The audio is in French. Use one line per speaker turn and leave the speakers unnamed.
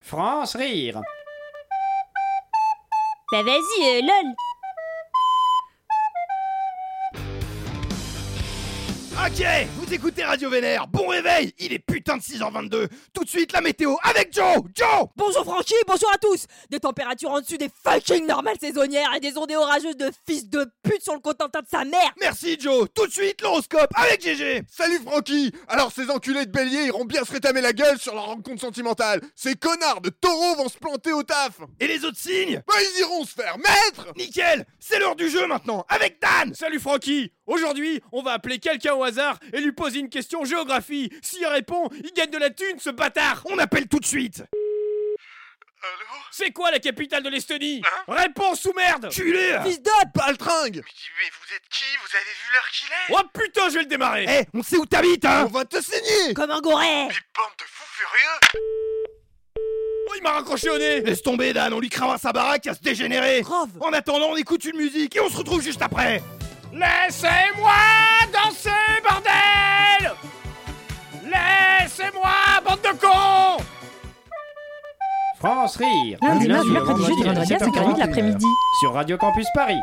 France rire.
Bah vas-y, euh, lol.
Ok, vous écoutez Radio Vénère, bon réveil, il est putain de 6h22, tout de suite la météo avec Joe, Joe
Bonjour Francky, bonjour à tous Des températures en dessus des fucking normales saisonnières et des ondées orageuses de fils de pute sur le contentin de sa mère
Merci Joe, tout de suite l'horoscope avec GG
Salut Francky Alors ces enculés de bélier iront bien se rétamer la gueule sur leur rencontre sentimentale Ces connards de taureaux vont se planter au taf
Et les autres signes
Bah ils iront se faire mettre
Nickel, c'est l'heure du jeu maintenant, avec Dan
Salut Francky Aujourd'hui, on va appeler quelqu'un au hasard et lui poser une question géographie. S'il répond, il gagne de la thune, ce bâtard
On appelle tout de suite
Allô
C'est quoi la capitale de l'Estonie Réponse ou merde
Culé
Fils de
Paltringue
mais, mais vous êtes qui Vous avez vu l'heure qu'il est
Oh putain, je vais le démarrer
Eh, on sait où t'habites
On
hein
va te saigner
Comme un goré
Mais bande de fous furieux
Oh, Il m'a raccroché au nez
Laisse tomber Dan, on lui crava sa baraque à se dégénérer
Grave
En attendant, on écoute une musique et on se retrouve juste après
Laissez-moi danser, bordel Laissez-moi, bande de cons
France rire.
Lundi,
Du
mardi,
au
mercredi, jeudi,
vendredi à
vendredi à
7h40,
5h40 de l'après-midi.
Sur Radio Campus Paris.